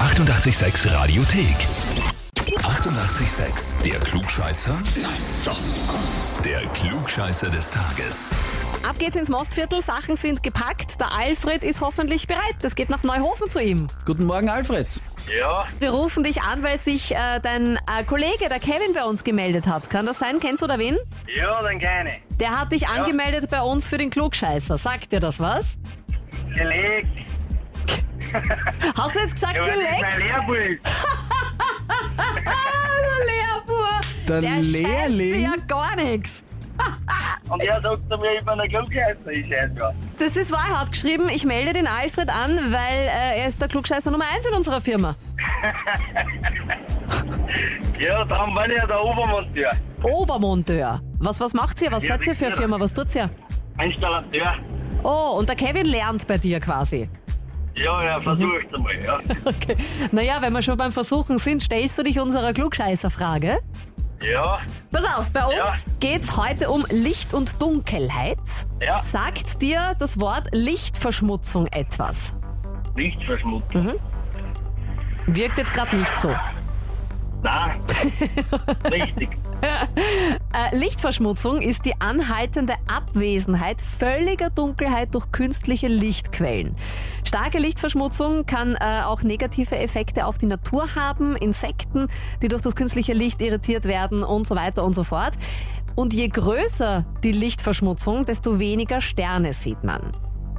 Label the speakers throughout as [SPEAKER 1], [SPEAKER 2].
[SPEAKER 1] 886 Radiothek. 88,6. Der Klugscheißer? Nein, doch. Der Klugscheißer des Tages.
[SPEAKER 2] Ab geht's ins Mostviertel, Sachen sind gepackt, der Alfred ist hoffentlich bereit. Das geht nach Neuhofen zu ihm.
[SPEAKER 3] Guten Morgen, Alfred.
[SPEAKER 4] Ja,
[SPEAKER 2] Wir rufen dich an, weil sich äh, dein äh, Kollege, der Kevin, bei uns gemeldet hat. Kann das sein? Kennst du da wen?
[SPEAKER 4] ja, dann keine.
[SPEAKER 2] Der hat dich angemeldet bei uns für den Klugscheißer. Sagt dir das was?
[SPEAKER 4] Gelegt.
[SPEAKER 2] Hast du jetzt gesagt,
[SPEAKER 4] Ja,
[SPEAKER 2] ja,
[SPEAKER 4] das ist
[SPEAKER 2] gelegt?
[SPEAKER 4] mein Lehrbull.
[SPEAKER 2] Ah, der Lehrbur!
[SPEAKER 3] Der
[SPEAKER 2] der scheißt
[SPEAKER 3] Lehrling?
[SPEAKER 2] dir ja gar nichts.
[SPEAKER 4] Und er sagt zu mir, ich bin ein Klugscheißer. Ich scheiß ja.
[SPEAKER 2] Das ist wahr, er hat geschrieben, ich melde den Alfred an, weil äh, er ist der Klugscheißer Nummer 1 in unserer Firma.
[SPEAKER 4] Ja, dann bin ich ja der Obermonteur.
[SPEAKER 2] Obermonteur. Was, was macht ihr? Was
[SPEAKER 4] Ja,
[SPEAKER 2] seid ihr für eine
[SPEAKER 4] wir-
[SPEAKER 2] Firma? Was tut's ihr?
[SPEAKER 4] Installateur.
[SPEAKER 2] Oh, und der Kevin lernt bei dir quasi.
[SPEAKER 4] Ja, ja, versuch's
[SPEAKER 2] Mhm.
[SPEAKER 4] einmal, ja.
[SPEAKER 2] Okay. Naja, wenn wir schon beim Versuchen sind, stellst du dich unserer Klugscheißer-Frage?
[SPEAKER 4] Ja,
[SPEAKER 2] Pass auf, bei uns
[SPEAKER 4] Ja.
[SPEAKER 2] geht's heute um Licht und Dunkelheit.
[SPEAKER 4] ja.
[SPEAKER 2] Sagt dir das Wort Lichtverschmutzung etwas?
[SPEAKER 4] Nicht verschmutzen.
[SPEAKER 2] Mhm. Wirkt jetzt gerade nicht so.
[SPEAKER 4] Nein. Richtig.
[SPEAKER 2] Äh, Lichtverschmutzung ist die anhaltende Abwesenheit völliger Dunkelheit durch künstliche Lichtquellen. Starke Lichtverschmutzung kann äh, auch negative Effekte auf die Natur haben, Insekten, die durch das künstliche Licht irritiert werden und so weiter und so fort. Und je größer die Lichtverschmutzung, desto weniger Sterne sieht man.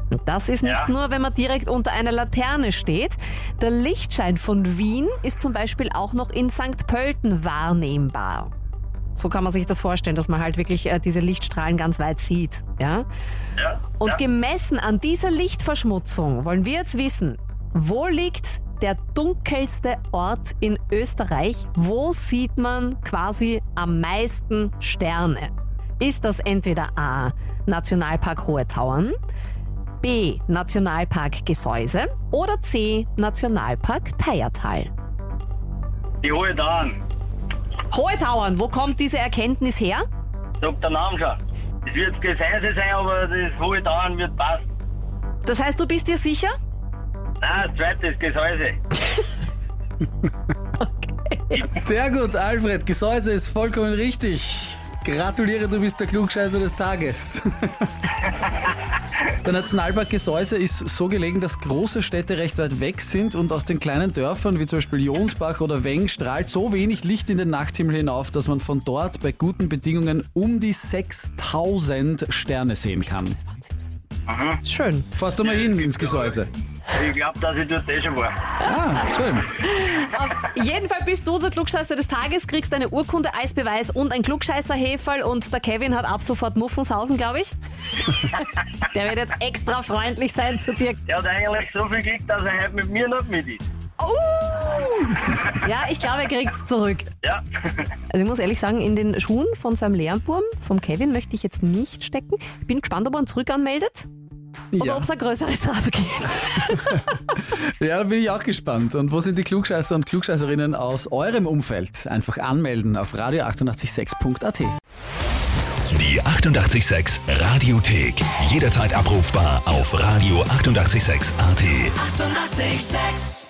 [SPEAKER 2] Und das ist nicht
[SPEAKER 4] Ja.
[SPEAKER 2] nur, wenn man direkt unter einer Laterne steht. Der Lichtschein von Wien ist zum Beispiel auch noch in St. Pölten wahrnehmbar. So kann man sich das vorstellen, dass man halt wirklich äh, diese Lichtstrahlen ganz weit sieht. Ja?
[SPEAKER 4] Ja.
[SPEAKER 2] Und
[SPEAKER 4] ja.
[SPEAKER 2] gemessen an dieser Lichtverschmutzung wollen wir jetzt wissen, wo liegt der dunkelste Ort in Österreich? Wo sieht man quasi am meisten Sterne? Ist das entweder A. Nationalpark Hohe Tauern, B. Nationalpark Gesäuse oder C. Nationalpark Teiertal?
[SPEAKER 4] Die hohe Dauern.
[SPEAKER 2] Hohe Tauern, wo kommt diese Erkenntnis her?
[SPEAKER 4] Sagt der Name schon. Es wird Gesäuse sein, aber das hohe Dauern wird passen.
[SPEAKER 2] Das heißt, du bist dir sicher?
[SPEAKER 4] Nein, das zweite ist Gesäuse.
[SPEAKER 3] Sehr gut, Alfred. Gesäuse ist vollkommen richtig. Gratuliere, du bist der Klugscheißer des Tages. Der Nationalpark Gesäuse ist so gelegen, dass große Städte recht weit weg sind und aus den kleinen Dörfern wie zum Beispiel Jonsbach oder Weng strahlt so wenig Licht in den Nachthimmel hinauf, dass man von dort bei guten Bedingungen um die 6000 Sterne sehen kann.
[SPEAKER 2] Schön.
[SPEAKER 3] Fahrst du mal hin ins Gesäuse.
[SPEAKER 4] Ich glaube, dass ich dort eh schon war.
[SPEAKER 3] Ah, schön.
[SPEAKER 2] Auf jeden Fall bist du unser Klugscheißer des Tages, kriegst eine Urkunde als Beweis und ein Klugscheißer-Heferl und der Kevin hat ab sofort Muffenshausen, glaube ich. der wird jetzt extra freundlich sein zu dir.
[SPEAKER 4] Der hat eigentlich so viel Glück, dass er heute mit mir nicht mit ist.
[SPEAKER 2] Uh! Oh! Ja, ich glaube, er kriegt's zurück.
[SPEAKER 4] Ja.
[SPEAKER 2] Also ich muss ehrlich sagen, in den Schuhen von seinem Lernburm, vom Kevin, möchte ich jetzt nicht stecken. Ich bin gespannt, ob er ihn zurück anmeldet oder
[SPEAKER 3] Ja.
[SPEAKER 2] ob es eine größere Strafe gibt.
[SPEAKER 3] Ja, da bin ich auch gespannt. Und wo sind die Klugscheißer und Klugscheißerinnen aus eurem Umfeld? Einfach anmelden auf radio886.at.
[SPEAKER 1] Die 88,6 Radiothek. Jederzeit abrufbar auf radio886.at. 88,6.
[SPEAKER 5] Eighty-eight, sex.